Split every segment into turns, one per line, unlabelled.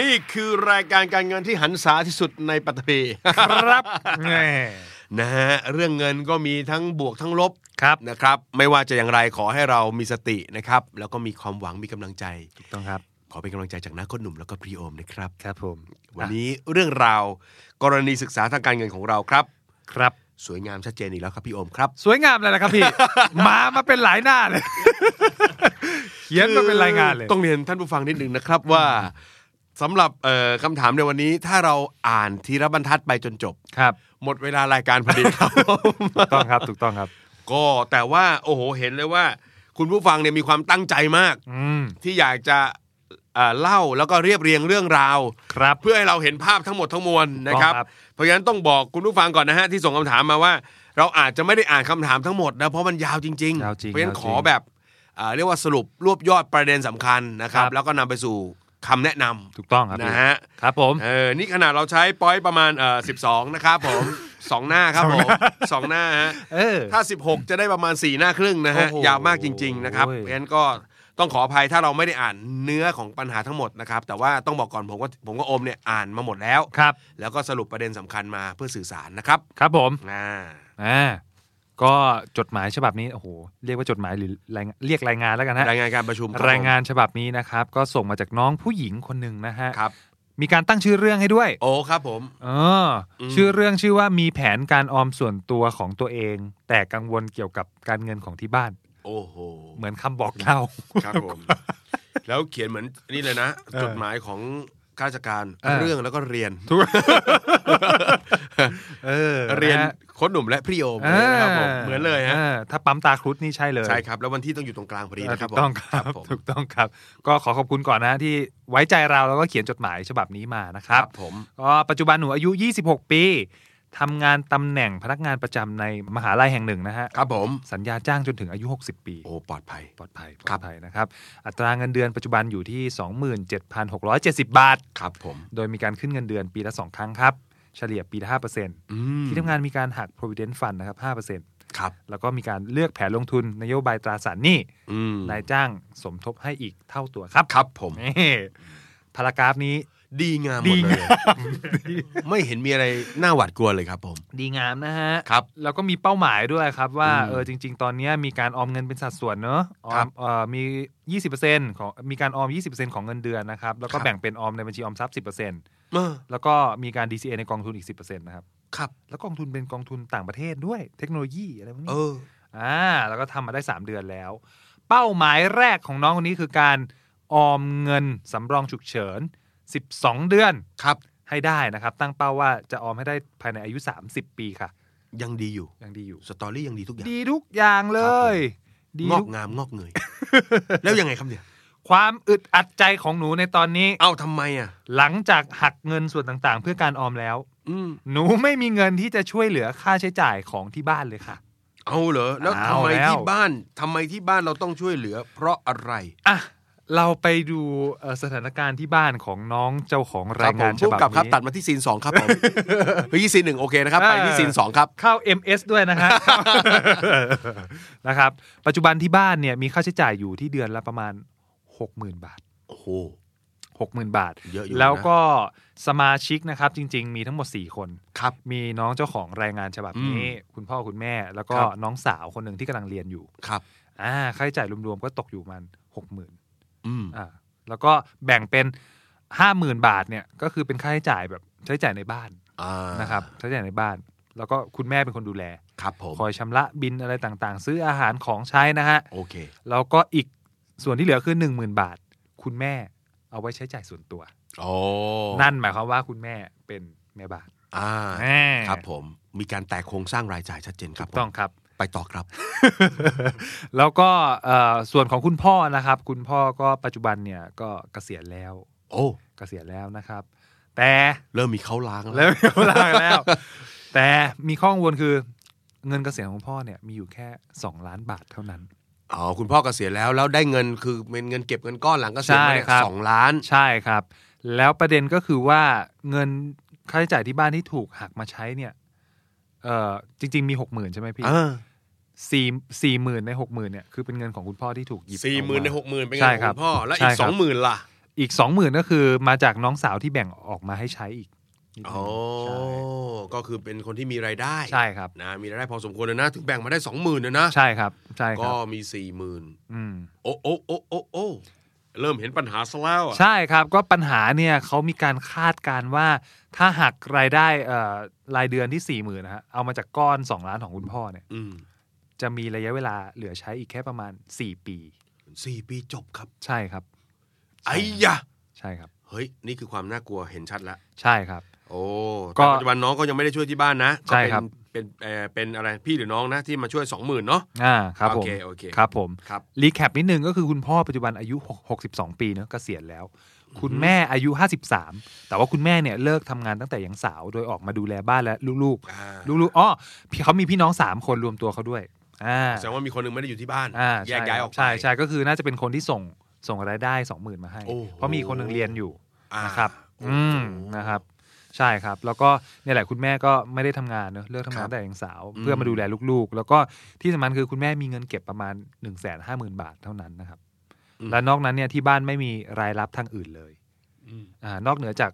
นี่คือรายการการเงินที่หันษาที่สุดในปัต ภี
ครับแหม
นะฮะเรื่องเงินก็มีทั้งบวกทั้งลบ
ครับ
นะครับ ไม่ว่าจะอย่างไรขอให้เรามีสตินะครับ แล้วก็มีความหวังมีกำลังใจ
ต้องครับ
ขอเป็นกำลังใจจากนักคนหนุ่มแล้วก็พรีโอมนะครับ
ครับผม
วันนี้เรื่องราวกรณีศึกษาทางการเงินของเราครับ
ครับ
สวยงามชัดเจนอีกแล้วครับพี่โอมครับ
สวยงามเลย นะครับพี่ มามาเป็นหลายหน้าเลย เขียนมาเป็นรายงานเลย
ต้องเรียนท่านผู้ฟังนิดนึงนะครับว่าสำหรับเอ่อคำถามในวันนี้ถ้าเราอ่านทีละบรรทัดไปจนจบ
ครับ
หมดเวลารายการพอดีครับ
ถูกต้องครับ ถูกต้องครับ
ก็แต่ว่าโอ้โหเห็นเลยว่า คุณผู้ฟังเนี่ยมีความตั้งใจมาก
อืม
ที่อยากจะเอ่อเล่าแล้วก็เรียบเรียงเรื่องราว
ครับ
เพื่อให้เราเห็นภาพทั้งหมดทั้งมวลนะครับ
ครับ
เพราะฉะนั้นต้องบอกคุณผู้ฟังก่อนนะฮะที่ส่งคำถามมาว่า เราอาจจะไม่ได้อ่านคำถามทั้งหมดนะเพราะมันยาวจริง ๆ
ยาวจริง
เพราะฉะนั้น
ยาวจริง
ขอแบบเอ่อเรียกว่าสรุปรวบยอดประเด็นสำคัญนะครับ
ครับ
แล้วก็นำไปสู่คำแนะนำ
ถูกต้องครับ
นะ
พี่
ฮะ
ครับผม
เออนี่ขนาดเราใช้ปอยประมาณเอ่อสิบสองนะครับผมสองหน้าครับผมสองหน้าฮะ
เออ
ถ้า 16 จะได้ประมาณ 4 หน้าครึ่งนะฮะ
โอ้โห
ยาวมากจริง ๆ นะครับ
โอ้ย
เพราะฉะนั้นก็ต้องขออภัยถ้าเราไม่ได้อ่านเนื้อของปัญหาทั้งหมดนะครับ แต่ว่าต้องบอกก่อนผมว่าผมก็อมเนี่ยอ่านมาหมดแล้ว
ครับ
แล้วก็สรุปประเด็นสำคัญมาเพื่อสื่อสารนะครับ
ครับผม
อ่า
อ่าก็จดหมายฉบับนี้โอ้โหเรียกว่าจดหมายหรือรายงานเรียกรายงานแล้วกันฮะ
รายงานการประชุมคบ
รายงานฉบับนี้นะครับ ก็ส่งมาจากน้องผู้หญิงคนหนึ่งนะฮะ
ครับ
มีการตั้งชื่อเรื่องให้ด้วย
โอ้ครับผม
เอออ
ม
ชื่อเรื่องชื่อว่ามีแผนการออมส่วนตัวของตัวเอง แต่กังวลเกี่ยวกับการเงินของที่บ้าน
โอ้โห
เหมือนคำบอกเล่า
ครับผม แล้วเขียนเหมือนนี่เลยนะ จดหมายของข้าราชการ
เออ
เรื่องแล้วก็เรียน
ทุกเออ
เรียนะ
ฮะ
โค้ดหนุ่มและพี่โอมเลยนะครับผมเหมือนเลยฮะ
าถ้าปั๊มตาครุฑนี่ใช่เลย
ใช่ครับแล้ววันที่ต้องอยู่ตรงกลางพอดีนะครับ
ถูกต้อง
ผม
ครับ
ผม
ถูกต้องครับ ก็ขอขอบคุณก่อนนะที่ไว้ใจเราแล้วก็เขียนจดหมายฉบับนี้มานะครับ
ผม
ก็ปัจจุบันหนูอายุ 26 ปีทำงานตำแหน่งพนักงานประจำในมหาลัยแห่งหนึ่งนะฮะ
ครับผม
สัญญาจ้างจนถึงอายุ 60 ปี
โอ้ปลอดภัย
ปลอดภัยปล
ครั
อบ ดภัยนะครับ อัตราเงินเดือนปัจจุบันอยู่ที่ 27,670 บาท
ครับผม
โดยมีการขึ้นเงินเดือนปีละ 2 ครั้งครับ เฉลี่ยปีละ5%ที่ทำงานมีการหัก provident fund นะครับ5%
ครับ
แล้วก็มีการเลือกแผนลงทุนนโยบายตราสารหนี้
อืม
นายจ้างสมทบให้อีกเท่าตัวครับ
ครับผม
นี่พารากราฟนี้
ดีงามห
ดี
มดเล
งาม
ย ไม่เห็นมีอะไรน่าหวาดกลัวเลยครับผม
ดีงามนะฮะ
ครับ
แล้วก็มีเป้าหมายด้วยครับว่า
อืม
เออจริง ๆ ตอนเนี้ยมีการออมเงินเป็นสัดส่วนเนอะออ
ครั
ม
บ
เอ่อมี 20%ของมีการออม 20%ของเงินเดือนนะครับ แล้วก็
ครับ
แบ่งเป็นออมในบัญชีออมทรัพย์
เออ
10%แล้วก็มีการ DCA ในกองทุนอีก 10%นะครับ
ครับ
แล้วกองทุนเป็นกองทุนต่างประเทศด้วยเทคโนโลยีอะไรพวกนี้
เออ
อ่าแล้วก็ทำมาได้ 3 เดือนแล้ว เป้าหมายแรกของน้องคนนี้คือการออมเงินสำรองฉุกเฉิน 12 เดือน
ครับ
ให้ได้นะครับ ตั้งเป้าว่าจะออมให้ได้ภายในอายุ 30 ปีค่ะ
ยังดีอยู่
ยังดีอยู่
สตอรี่ยังดีทุกอย่าง
ดีทุกอย่างเลย ดี
งอ
ทุ
ก
ก
งามงอกเง ย แล้วยังไงครับเนี่ย
ความอึดอัดใจของหนูในตอนนี้
เอ้าทำไมอ่ะ
หลังจากหักเงินส่วนต่างๆ เพื่อการออมแล้ว
อืม
หนูไม่มีเงินที่จะช่วยเหลือค่าใช้จ่ายของที่บ้านเลยค่ะ
เอาเหรอ แล้ว
เอา
ทำไม
แล้ว
ที่บ้านทำไมที่บ้านเราต้องช่วยเหลือ เพราะอะไร
อ่ะเราไปดูเอ่อสถานการณ์ที่บ้านของน้องเจ้าของรายงานฉ
ผู้
บับ
กำกับครับ
นี้
ตัดมาที่ซีนสอง ครับผม เมื่อกี้ซีนหนึ่งโอเคนะครับ ไปที่ซีนสองครับ
เข้า MS ด้วยนะฮะ นะครับ ปัจจุบันที่บ้านเนี่ยมีค่าใช้จ่ายอยู่ที่เดือนละประมาณ 60,000 บาท
โอ้โห
60,000 บาท
เยอะอยู่นะ
แล้วก็สมาชิกนะครับ จริง ๆ มีทั้งหมด 4 คน
ครับ
มีน้องเจ้าของรายงานฉบับนี้ คุณพ่อคุณแม่ แล้วก็
ครับ
น้องสาวคนหนึ่งที่กำลังเรียนอยู่
ครับ
อ่าค่าใช้จ่ายรวมๆ ก็ตกอยู่ประมัน 60,000
อืม
อ่าแล้วก็แบ่งเป็นห้าหมื่นบาทเนี่ยก็คือเป็นค่าใช้จ่ายแบบใช้จ่ายในบ้าน
อ่า
นะครับใช้จ่ายในบ้าน แล้วก็คุณแม่เป็นคนดูแล
ครับผม
คอยชำระบินอะไรต่างๆ ซื้ออาหารของใช้นะฮะ
โอเค
แล้วก็อีกส่วนที่เหลือคือหนึ่งหมื่นบาท คุณแม่เอาไว้ใช้จ่ายส่วนตัว
โอ้
นั่นหมายความว่าคุณแม่เป็นแม่บ้าน
อ่า
แม่
ครับผม มีการแตกโครงสร้างรายจ่ายชัดเจนครับ
ต้อง
ผม
ครับ
ไปต่อครับ
แล้วก็เอ่อส่วนของคุณพ่อนะครับ คุณพ่อก็ปัจจุบันเนี่ยก็เกษียณแล้ว
โอ้
เกษียณแล้วนะครับ แต่
เริ่มมีเขาล้างแล้ว
แล้วมีเวลาแล้ว แต่มีข้อกังวลคือ เงินเกษียณของพ่อเนี่ยมีอยู่แค่สองล้านบาทเท่านั้น
อ๋อคุณพ่อเกษียณแล้วแล้วได้เงินคือเป็นเงินเก็บเงินก้อนหลังเกษียณมาเนี่ย
ใช่ครับ
สองล้าน
ใช่ครับ แล้วประเด็นก็คือว่าเงินค่าใช้จ่ายที่บ้านที่ถูกหักมาใช้เนี่ยเออจริง ๆ มีหกหมื่นใช่ไหมพี่สี่สี่หมื่นในหกหมื่นเนี่ยคือเป็นเงินของคุณพ่อที่ถูกหยิบ
สี่หมื่นใน
ออกา
หกหมื่นเป็น
ใช่
เงินข
ครั
อบ งคุณพ่อ แล้ว
ใช่
อีก
ครับ
สองหมื่นล่ะ
อีกสองหมื่นก็คือมาจากน้องสาวที่แบ่งออกมาให้ใช้อีกนิดนึ
อ๋อง
ใช่
ก็คือเป็นคนที่มีรายได้
ใช่ครับ
นะมีรายได้พอสมควรเลยนะ ถึงแบ่งมาได้สองหมื่นนะนะ
ใช่ครับใช่ครั
ก็
บ
มีสี่หมื่น
อืม
โอ้โอ้โอ้โอ้โอ้เริ่มเห็นปัญหาซะแล้วอะ
ใช่ครับก็ปัญหาเนี่ยเขามีการคาดการณ์ว่าถ้าหักรายได้เอ่อรายเดือนที่4ี่หมื่นนะฮะเอามาจากก้อน 2 ล้านของคุณพ่อเนี่ย
อืม
จะมีระยะเวลาเหลือใช้อีกแค่ประมาณ 4 ปี
สี่ปีจบครับ
ใช่ครับ
ไอ้ยะ
ใช่ครับ
เฮ้ย นี่คือความน่ากลัวเห็นชัดแล้ว
ใช่ครับ
โอ้
ก็
แต่ปัจจุบันน้องก็ยังไม่ได้ช่วยที่บ้านนะก็
ใช่
เป็น
ครับ
เป็นเอ่อเป็นอะไรพี่หรือน้องนะที่มาช่วยสองหมื่นเนาะ
อ่าครับผ
โอ
ม
เคโอเค
ครับผม
ครับ
รีแคปนิดนึงก็คือคุณพ่อปัจจุบันอายุ 6 62 ปีเนอะเกษียณแล้ว คุณแม่อายุ 53 แต่ว่าคุณแม่เนี่ยเลิกทำงานตั้งแต่ยังสาวโดยออกมาดูแลบ้านและลูก
อ่า
ๆลูกๆอ๋อพี่เขามีพี่น้องสามคนรวมตัวเขาด้วยอ่า
แสดงว่ามีคนหนึงไม่ได้อยู่ที่บ้าน
อ่า
แยกย้ายออกไป
ใช่ใช่ก็คือน่าจะเป็นคนที่ส่งส่งรายได้สองหมื่นมาให้
โอ้โห
เพราะมีคนหนึ่งเรียนอยู่
อ่า
นะครับ
โอ้
อืม
โห
นะครับ ใช่ครับ แล้วก็เนี่ยแหละคุณแม่ก็ไม่ได้ทำงานเนอะเลิกทำงา
ครั
น
บ
ตั้งแต่ยังสาว
อืม
เพื่อมาดูแลลูกๆ แล้วก็ที่สำคัญคือคุณแม่มีเงินเก็บประมาณ1นึ่งแสนห้าหมื่นบาทเท่านั้นนะครับ และนอกนั้นเนี่ยที่บ้านไม่มีรายรับทางอื่นเลย
อืม
อ่านอกเหนือจาก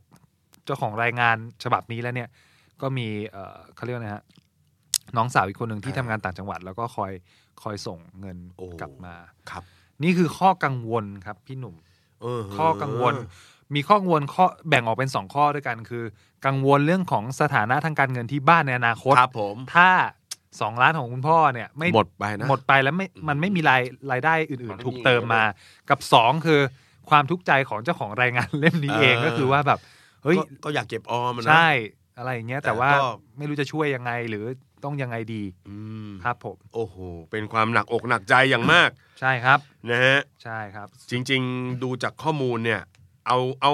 เจ้าของรายงานฉบับนี้แล้วเนี่ย ก็มีเอ่อเขาเรียกว่าไงฮะน้องสาวอีกคนหนึ่งที่ทำงานต่างจังหวัด แล้วก็คอยคอยส่งเงิน
โอ้
กลับมา
ครับ
นี่คือข้อกังวลครับพี่หนุ่ม
เออ
ข้อกังวล มีข้อกังวลข้อแบ่งออกเป็นสองข้อด้วยกันคือ กังวลเรื่องของสถานะทางการเงินที่บ้านในอนาคต
ครับผม
ถ้าสองล้านของคุณพ่อเนี่ยไม่
หมดไปนะ
หมดไปแล้วไม่
อืม
มันไม่มีรายรายได้อื่
มัน น
ๆ
ไม่มี
ถูกเติมมา กับสองคือความทุกข์ใจของเจ้าของรายงานเล่มนี้เอง
เออ
ก็คือว่าแบบเฮ้ย
ก็ก็อยากเก็บออมอะนะ
ใช่อะไรอย่างเงี้ย แต่ว่า
แต่ก็
ไม่รู้จะช่วยยังไงหรือต้องยังไงดี
อืม
ครับผม
โอ้โห เป็นความหนักอกหนักใจอย่างมาก
ใช่ครับ
นะฮะ
ใช่ครับ
จริง ๆ ดูจากข้อมูลเนี่ย เอาเอา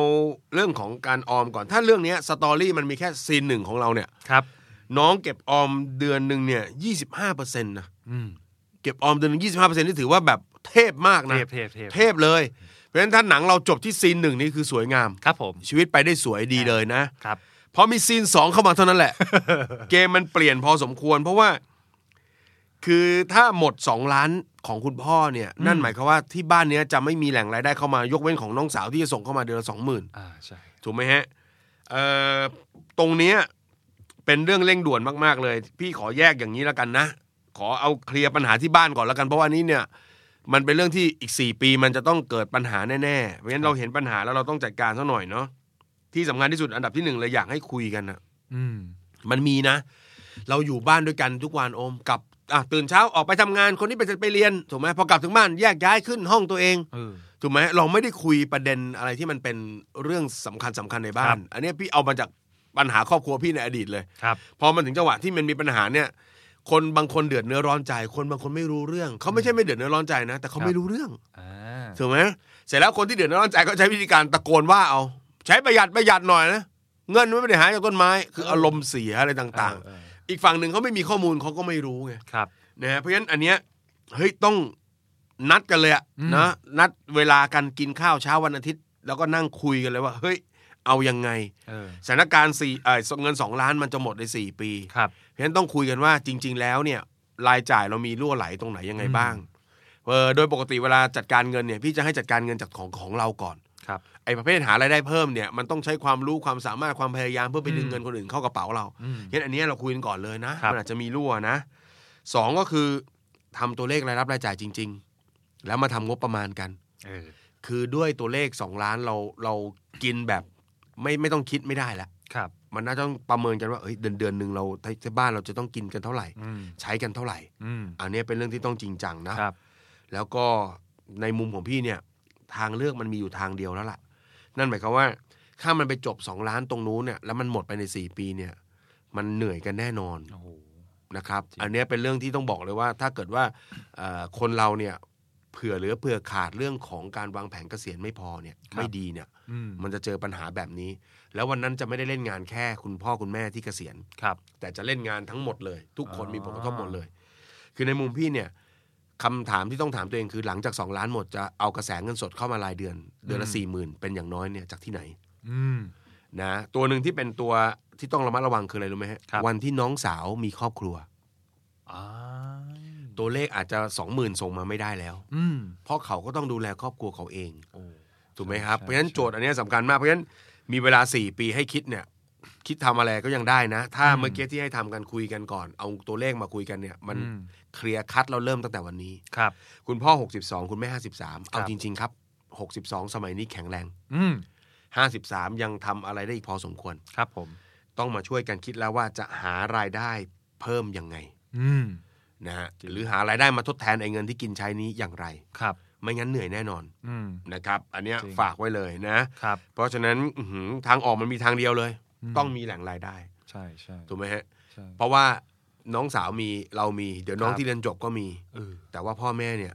เรื่องของการออมก่อน ถ้าเรื่องเนี้ยสตอรี่มันมีแค่ซีนหนึ่งของเราเนี่ย
ครับ
น้องเก็บออมเดือนหนึ่งเนี่ยยี่สิบห้าเปอร์เซ็นต์นะ
อืม
เก็บออมเดือนหนึ่งยี่สิบห้าเปอร์เซ็นต์นี่ถือว่าแบบเทพมาก
เท
นะ
ปเทปเทป
เทพเลย เพราะฉะนั้นถ้าหนังเราจบที่ซีนหนึ่งนี่คือสวยงาม
ครับผม
ชีวิตไปได้สวยดีเลยนะ
ครับ
พอมีซีนสองเข้ามาเท่านั้ นแหละ เกมมันเปลี่ยนพอสมควร เพราะว่า คือถ้าหมดสองล้านของคุณพ่อเนี่ย นั่นหมายความว่าที่บ้านเนี้ยจะไม่มีแหล่งรายได้เข้ามายกเว้นของน้องสาวที่จะส่งเข้ามาเดือนละสองหมื่น
อ่าใช่
ถูกไหมฮะเอ่อตรงเนี้ยเป็นเรื่องเร่งด่วนมาก ๆ เลย พี่ขอแยกอย่างนี้แล้วกันนะ ขอเอาเคลียร์ปัญหาที่บ้านก่อนแล้วกันเพราะว่านี้เนี่ย มันเป็นเรื่องที่อีกสี่ปีมันจะต้องเกิดปัญหาแน่ๆเพราะฉะนั้นเราเห็นปัญหาแล้วเราต้องจัดการซะหน่อยเนาะที่สำคัญที่สุดอันดับที่หนึ่งเลยอยากให้คุยกันนะ
อืม
มันมีนะ เราอยู่บ้านด้วยกันทุกวันโอมกลับอ่ะตื่นเช้าออกไปทำงานคนนี้ไปไปเรียนถูกไหมพอกลับถึงบ้านแยกย้ายขึ้นห้องตัวเอง
เออ
ถูกไหมเราไม่ได้คุยประเด็นอะไรที่มันเป็นเรื่องสำคัญสำคัญในบ้า
ครั
น
บ
อันเนี้ยพี่เอามาจากปัญหาครอบครัวพี่ในอดีตเลย
ครับ
พอมันถึงจังหวะที่มันมีปัญหาเนี่ย คนบางคนเดือดเนื้อร้อนใจ คนบางคนไม่รู้เรื่อง เขาไม่ใช่ไม่เดือดเนื้อร้อนใจนะ แต่เขาไม่รู้เรื่อง
อ่า
ถูกไหมเสร็จแล้วคนที่เดือดเนื้อร้อนใจก็ใช้วิธีการตะโกนว่าเอา ใช้ประหยัดประหยัดหน่อยนะเงินมันไม่ได้หายจากต้นไม้ คืออารมณ์เสียอะไรต่างๆ
เออเออ
อีกฝั่งหนึ่งเขาไม่มีข้อมูลเขาก็ไม่รู้ไง
ครับ
นะฮะเพราะฉะนั้นอันเนี้ยเฮ้ยต้องนัดกันเลยอะ
อืม
นะนัดเวลากันกินข้าวเช้าวันอาทิตย์ แล้วก็นั่งคุยกันเลยว่า เฮ้ย เอายังไง
เออ
สถานการณ์สี่เอ่อเงินสองล้านมันจะหมดในสี่ปี
ครับ
เพราะฉะนั้นต้องคุยกันว่าจริง ๆ แล้วเนี่ยรายจ่ายเรามีรั่วไหลตรงไหนยังไงบ้างเออโดยปกติเวลาจัดการเงินเนี่ยพี่จะให้จัดการเงินจากของของเราก่อน
ครับ
ไอ้ประเภทหารายได้เพิ่มเนี่ยมันต้องใช้ความรู้ความสามารถความพยายามเพื่อไปดึง
อืม
เงินคนอื่นเข้ากระเป๋าเรา
อืม
งั้นอันเนี้ยเราคุยกันก่อนเลยนะ
ครับ
มันอาจจะมีรั่วนะสองก็คือทำตัวเลขรายรับรายจ่ายจริง ๆ แล้วมาทำงบประมาณกัน
เออ
คือด้วยตัวเลข 2 ล้านเราเรากินแบบไม่ไม่ต้องคิดไม่ได้ละ
ครับ
มันน่าจะต้องประเมินกันว่าเอ้ยเดือนเดือนหนึ่งเราที่บ้านเราจะต้องกินกันเท่าไหร่
อืม
ใช้กันเท่าไหร่
อืม
อันเนี้ยเป็นเรื่องที่ต้องจริงจังนะ
ครับ
แล้วก็ในมุมของพี่เนี่ย ทางเลือกมันมีอยู่ทางเดียวแล้วล่ะ นั่นหมายความว่า ถ้ามันไปจบ 2 ล้านตรงนู้นเนี่ยแล้วมันหมดไปใน 4 ปีเนี่ย มันเหนื่อยกันแน่นอน
โอ้โห
นะครับอันเนี้ยเป็นเรื่องที่ต้องบอกเลยว่า ถ้าเกิดว่าเอ่อคนเราเนี่ย เผื่อเหลือเผื่อขาดเรื่องของการวางแผนเกษียณไม่พอเนี่ย
ครับ
ไม่ดีเนี่ย
อืม
มันจะเจอปัญหาแบบนี้ แล้ววันนั้นจะไม่ได้เล่นงานแค่คุณพ่อคุณแม่ที่เกษียณ
ครับ
แต่จะเล่นงานทั้งหมดเลย ทุกคน
อ๋อ
มีผลกระทบหมดเลย คือในมุมพี่เนี่ยคำถามที่ต้องถามตัวเองคือหลังจากสองล้านหมดจะเอากระแสเงินสดเข้ามารายเดือน เดือนละสี่หมื่นเป็นอย่างน้อยเนี่ยจากที่ไหน
อืม
นะตัวหนึ่งที่เป็นตัวที่ต้องระมัดระวังคืออะไรรู้ไหมฮะ
ครับ
วันที่น้องสาวมีครอบครัว
อ่า
ตัวเลขอาจจะสองหมื่นส่งมาไม่ได้แล้ว
อืม
เพราะเขาก็ต้องดูแลครอบครัวเขาเอง
โอ้
ถูกไหมครับ
ใช่
เพราะฉะนั้น
ใช่
โจทย์อันเนี้ยสำคัญมาก เพราะฉะนั้นมีเวลา 4 ปีให้คิดเนี่ย คิดทำอะไรก็ยังได้นะ ถ้า
อืม
เมื่อกี้ที่ให้ทำกันคุยกันก่อน เอาตัวเลขมาคุยกันเนี่ย มัน
อื
เคลียร์คัดเราเริ่มตั้งแต่วันนี้
ครับ
คุณพ่อ 62 คุณแม่ 53 เอา
ครับ
จริง ๆ ครับ 62 สมัยนี้แข็งแรง
อืม
53 ยังทำอะไรได้อีกพอสมควร
ครับผม
ต้องมาช่วยกันคิดแล้วว่าจะหารายได้เพิ่มยังไง
อืม
นะฮะ
จริง
หรือหารายได้มาทดแทนไอ้เงินที่กินใช้นี้อย่างไร
ครับ
ไม่งั้นเหนื่อยแน่นอน
อืม
นะครับ อันเนี้ย
จริง
ฝากไว้เลยนะ
ครับ
เพราะฉะนั้นอื้อหือทางออกมันมีทางเดียวเลย
อืม
ต้องมีแหล่งรายได้
ใช่ใช่
ถูกไหมฮะ
ใช่
เพราะว่าน้องสาวมีเรามี เดี๋ยวน้อง
ครับ
ที่เรียนจบก็มี
เออ
แต่ว่าพ่อแม่เนี่ย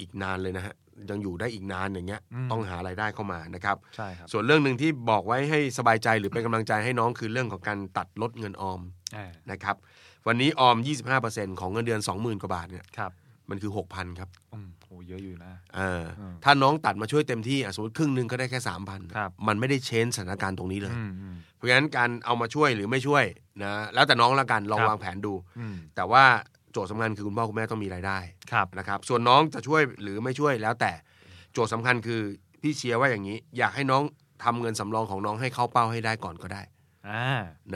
อีกนานเลยนะฮะยังอยู่ได้อีกนานอย่างเงี้ย
อืม
ต้องหารายได้เข้ามานะครับ
ใช่ครับ
ส่วนเรื่องหนึ่งที่บอกไว้ให้สบายใจหรือเป็นกำลังใจให้น้องคือเรื่องของการตัดลดเงินออม
อ่า
นะครับ วันนี้ออม 25%ของเงินเดือน 20,000กว่าบาทเนี่ย
ครับ
มันคือ 6,000ครับ
อืมโหเยอะอยู่นะ
เอออ
ม
ถ้าน้องตัดมาช่วยเต็มที่อ่ะสมมติครึ่งหนึ่งก็ได้แค่
ครับ
3,000มันไม่ได้เชนสถานการณ์ตรงนี้เลย
อืมอืม
เพราะฉะนั้นการเอามาช่วยหรือไม่ช่วยนะแล้วแต่น้องละกันลอง
ครับ
วางแผนดู
อืม
แต่ว่าโจทย์สำคัญคือคุณพ่อคุณแม่ต้องมีรายได้
ครับ
นะครับ ส่วนน้องจะช่วยหรือไม่ช่วยแล้วแต่โจทย์สำคัญคือพี่เชียร์ว่าอย่างนี้ อยากให้น้องทำเงินสำรองของน้องให้เข้าเป้าให้ได้ก่อนก็ได้
อ่า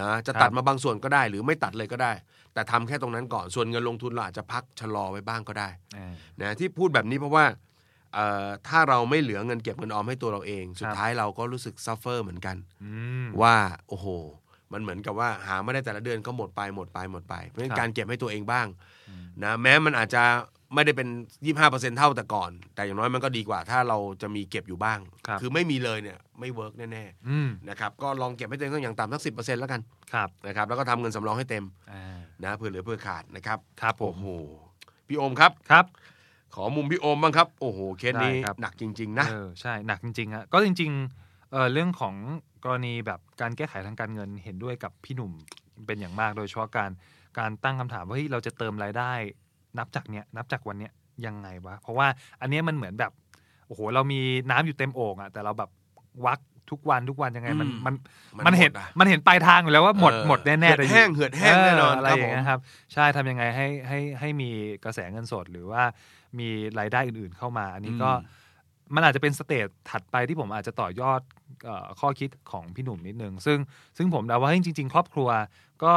นะจะ
ครับ
ตัดมาบางส่วนก็ได้ หรือไม่ตัดเลยก็ได้ แต่ทำแค่ตรงนั้นก่อนส่วนเงินลงทุนเราอาจจะพักชะลอไว้บ้างก็ได้
อ่า
นะที่พูดแบบนี้เพราะว่าเอ่อถ้าเราไม่เหลือเงินเก็บเงินออมให้ตัวเราเอง สุด
ครับ
ท้ายเราก็รู้สึกซัฟเฟอร์เหมือนกัน
อืม
ว่าโอ้โห มันเหมือนกับว่าหาไม่ได้แต่ละเดือนก็หมดไปหมดไปหมดไป เพราะฉะนั้
ครั
น
บ
การเก็บให้ตัวเองบ้าง
อืม
นะแม้มันอาจจะไม่ได้เป็น 25%เท่าแต่ก่อน แต่อย่างน้อยมันก็ดีกว่า ถ้าเราจะมีเก็บอยู่บ้าง
ครับ
อไม่มีเลยเนี่ยไม่เวิร์กแน่
อืม
ๆนะครับก็ลองเก็บให้ตัวเองสักอย่างต่ำสักสิแล้วกัน
ครับ
นะครับแล้วก็ทำเงินสำรองให้เต็ม
อ่า
นะเพื่อเหลือเพื่อขาดนะครับ
ครับผ
โอ้
ม
โหพี่โอมครับ
ครับ
ขอมุมพี่โอมบ้างครับโอ้โหเคสนี้
ได้ครับ
หนักจริง ๆ นะ
เออใช่หนักจริงๆฮะก็จริงๆเอ่อเรื่องของกรณีแบบการแก้ไขทางการเงินเห็นด้วยกับพี่หนุ่มเป็นอย่างมาก โดยเฉพาะการการตั้งคำถามว่าเฮ้ยเราจะเติมรายได้ นับจากเนี้ยนับจากวันเนี้ยยังไงวะเพราะว่าอันเนี้ยมันเหมือนแบบโอ้โหเรามีน้ำอยู่เต็มโอ่งอะแต่เราแบบวักทุกวันทุกวันยังไงมัน
อืม
มัน
มั
มัน
มด
เห็น
อะ
มันเห็นปลายทางอยู่แล้วว่าหมด
เออ
หมดแน่ๆ
เหือด
ต่ยู่
แห้งเหือดแห้งแน่นอน
เอะไร
ครับ
อย่างเงี้
ผม
ยครับ ใช่ทำยังไงให้ให้ให้มีกระแสเงินสดหรือว่ามีรายได้อื่นๆเข้ามา อันนี้ก็
อืม
มันอาจจะเป็นสเตจถัดไปที่ผมอาจจะต่อยอดเอ่อข้อคิดของพี่หนุ่มนิดนึง ซึ่งซึ่งผมเดาว่าเฮ้ยจริง ๆ ครอบครัวก็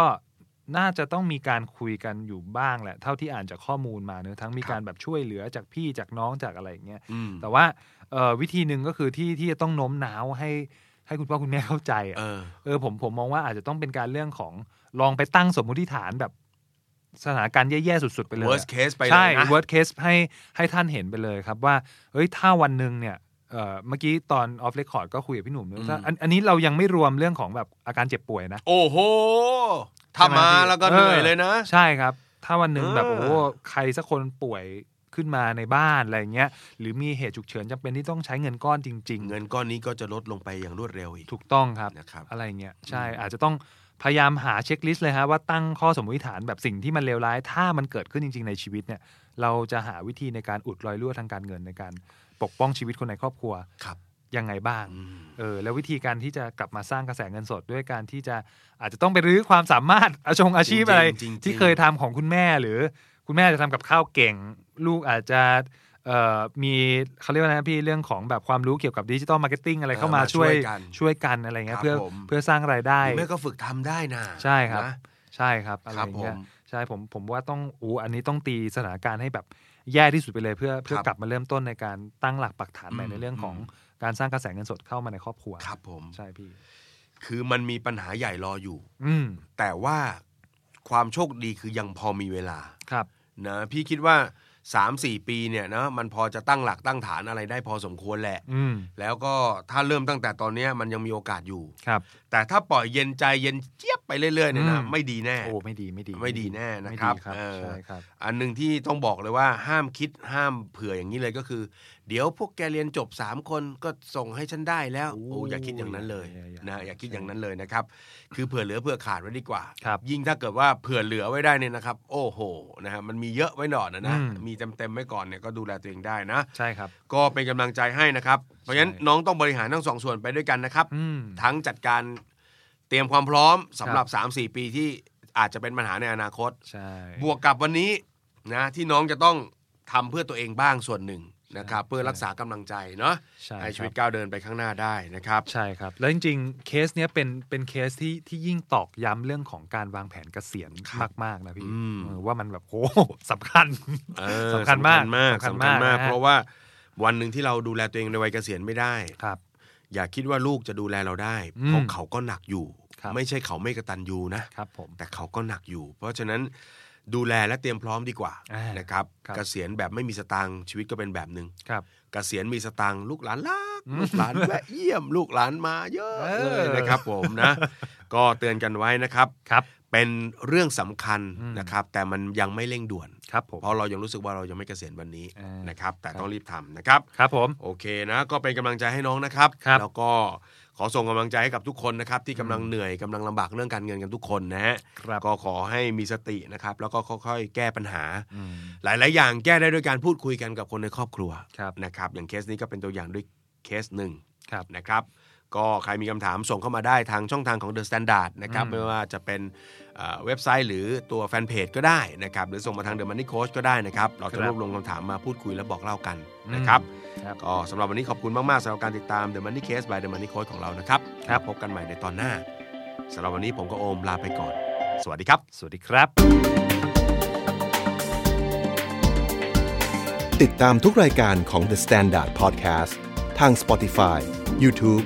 น่าจะต้องมีการคุยกันอยู่บ้างแหละ เท่าที่อ่านจากข้อมูลมาเนอะทั้งมีการแบบช่วยเหลือจากพี่จากน้องจากอะไรอย่างเงี้ย
อืม
แต่ว่าเอ่อวิธีหนึ่งก็คือที่ที่จะต้องโน้มน้าวให้ให้คุณพ่อคุณแม่เข้าใจอะ
เออ
เออผมผมมองว่าอาจจะต้องเป็นการเรื่องของลองไปตั้งสมมุติฐานแบบสถานการณ์แย่ๆสุด ๆ ไปเลย
worst case ไปเลย
ใช่
นะ
worst case ให้ให้ท่านเห็นไปเลยครับว่าเฮ้ยถ้าวันหนึ่งเนี่ยเอ่อเมื่อกี้ตอน off record ก็คุยกับพี่หนุ่มด้วย
อืม
ถ้าอันอันนี้เรายังไม่รวมเรื่องของแบบอาการเจ็บป่วยนะ
โอ้โห ถ้า
ใช่ไหม
มา
พี่
แล้วก็เหนื่อย
เออ
เลยนะ
ใช่ครับ ถ้าวันหนึ่ง
เออ
แบบโอ้โหใครสักคนป่วยขึ้นมาในบ้านอะไรเงี้ยหรือมีเหตุฉุกเฉินจำเป็นที่ต้องใช้เงินก้อนจริง
เงินก้อนนี้ก็จะลดลงไปอย่างรวดเร็วอีก
ๆ ถูกต้องครับ
นะครับ
อะไรเงี้ยใช่
อืม
อาจจะต้องพยายามหาเช็คลิสต์เลยฮะว่าตั้งข้อสมมติฐานแบบสิ่งที่มันเลวร้าย ถ้ามันเกิดขึ้นจริง ๆ ในชีวิตเนี่ย เราจะหาวิธีในการอุดรอยรั่วทางการเงินในการปกป้องชีวิตคนในครอบครัว
ครับ
ยังไงบ้าง
อืม
เออแล้ววิธีการที่จะกลับมาสร้างกระแสเงินสดด้วยการที่จะอาจจะต้องไปรื้อความสามารถ อาชงอาชีพอะไร
จงๆ
ที่เคยทำของคุณแม่หรือคุณแม่อาจจะทำกับข้าวเก่ง ลูกอาจจะเอ่อมีเขาเรียกว่าอะไรนะพี่เรื่องของแบบความรู้เกี่ยวกับดิจิ t a ลมาร์เก็ตติ้งอะไรเข้ามาช่วย
กัน
ช่วยกันอะไรเงี้
ค
ย
รับ
เพื่อ
ผม
เพื่อสร้างรายได้
หรือแม่ก็ฝึกทำได้นะ
ใช่ครับ
นะ
ใช่ครับอะไร
ครับผม
เงี้ยใช่ผมผมว่าต้องอูอันนี้ต้องตีสถานการณ์ให้แบบแย่ที่สุดไปเลยเพื่อเพื่อ
ครับ
กลับมาเริ่มต้นในการตั้งหลักปักฐานใหม่
อืม
ในเรื่องของการสร้างกระแสเงินสดเข้ามาในครอบครัว
ครับผม
ใช่พี่
คือมันมีปัญหาใหญ่รออยู่
อืม
แต่ว่าความโชคดีคือยังพอมีเวลา
ครับ
นะพี่คิดว่า สามสี่ปีเนี่ยนะมันพอจะตั้งหลักตั้งฐานอะไรได้พอสมควรแหละ
อืม
แล้วก็ถ้าเริ่มตั้งแต่ตอนเนี้ยมันยังมีโอกาสอยู่
ครับ
แต่ถ้าปล่อยเย็นใจเย็นเจี๊ยบไปเรื่อยๆเนี่ยนะ
อืม
ไม่ดีแน่
โอ้ไม่ดีไม่ดี
ไม่ดีแน่นะ
ไม่
ครับ
ดีครับ
เออ
ใช่ครับ
อันหนึ่งที่ต้องบอกเลยว่าห้ามคิดห้ามเผื่ออย่างนี้เลยก็คือ เดี๋ยวพวกแกเรียนจบ 3 คนก็ส่งให้ฉันได้แล้ว
โอ้
โอ้อย่าคิดอย่างนั้นเลย
อย่าอย่า
นะอย่าคิดอย่างนั้นเลยนะครับ คือเผื่อเหลือเผื่อขาดไว้ดีกว่า
ครับ
ยิ่งถ้าเกิดว่าเผื่อเหลือไว้ได้เนี่ยนะครับ โอ้โหนะฮะมันมีเยอะไว้หน่อยนะนะมีเต็มๆไว้ก่อนเนี่ยก็ดูแลตัวเองได้นะ
ใช่ครับ
ก็เป็นกำลังใจให้นะครับ เพราะฉะนั้น
ใช่
น้องต้องบริหารทั้งสองส่วนไปด้วยกันนะครับ
อืม
ทั้งจัดการเตรียมความพร้อมสำหรับ 3-4 ปีที่อาจจะเป็นปัญหาในอนาคต
ใช่
บวกกับวันนี้นะที่น้องจะต้องทำเพื่อตัวเองบ้างส่วนหนึ่งนะครับ เพื่อรักษากำลังใจเนาะ
ใช่
ให้ชีวิ
ค
ต
รับ
ก้าวเดินไปข้างหน้าได้นะครับ
ใช่ครับ แล้วจริงๆ เคสเนี้ยเป็นเป็นเคสที่ที่ยิ่งตอกย้ำเรื่องของการวางแผนเกษียณมากๆนะพี่
อืม
เออว่ามันแบบโอ้โหสำคัญ
เออ
สำคัญมาก
สำคัญมาก
สำคัญ
สำคัญมาก
มากนะฮะ
เพราะว่าวันหนึ่งที่เราดูแลตัวเองในวัยเกษียณไม่ได้
ครับ
อย่าคิดว่าลูกจะดูแลเราได้
อืม
เพราะเขาก็หนักอยู่
ครับ
ไม่ใช่เขาไม่กระตันยูนะ
ครับผม
แต่เขาก็หนักอยู่ เพราะฉะนั้นดูแลและเตรียมพร้อมดีกว่า
อ่าน
นะครับ
ครับ
เกษียณแบบไม่มีสตังค์ชีวิตก็เป็นแบบหนึ่ง
ครับ
เกษียณมีสตังค์ลูกหลานรักลูกหลานแวะเยี่ยมลูกหลานมาเยอะ
เออ
เลยนะครับผมนะ ก็เตือนกันไว้นะครับ
ครับ
เป็นเรื่องสำคัญ
อืม
นะครับ แต่มันยังไม่เร่งด่วน
ครับผม
เพราะเรายังรู้สึกว่าเรายังไม่เกษียณวันนี้
อ่าน
นะครับ แต่ต้องรีบทำนะครับ
ครับผม
โอเคนะ ก็เป็นกำลังใจให้น้องนะครับ
ครับ
แล้วก็ขอส่งกำลังใจให้กับทุกคนนะครับ ที่กำลังเหนื่อยกำลังลำบากเรื่องการเงินกันทุกคนนะฮะ
ครับ
ก็ขอให้มีสตินะครับ แล้วก็ค่อยๆ แก้ปัญหา
อืม
หลาย ๆ อย่างแก้ได้ด้วยการพูดคุยกันกับคนในครอบครัว
ครับ
นะครับ อย่างเคสนี้ก็เป็นตัวอย่างด้วยเคสหนึ่ง
ครับ
นะครับ ก็ใครมีคำถามส่งเข้ามาได้ทางช่องทางของ The Standard นะครับ
อืม
ไม่ว่าจะเป็นเอ่อเว็บไซต์หรือตัวแฟนเพจก็ได้นะครับ หรือส่งมาทาง The Money Coach ก็ได้นะครับ เราจะ
ครับ
รวบรวมคำถามมาพูดคุยและบอกเล่ากันนะครับ
ครับ
ก็สำหรับวันนี้ขอบคุณมาก ๆสำหรับการติดตาม The Money Case by The Money Coach ของเรานะครับ
ครับ
พบกันใหม่ในตอนหน้าสำหรับวันนี้ผมก็โอมลาไปก่อน สวัสดีครับ
สวัสดีครับ
ติดตามทุกรายการของ The Standard Podcast ทาง Spotify, YouTube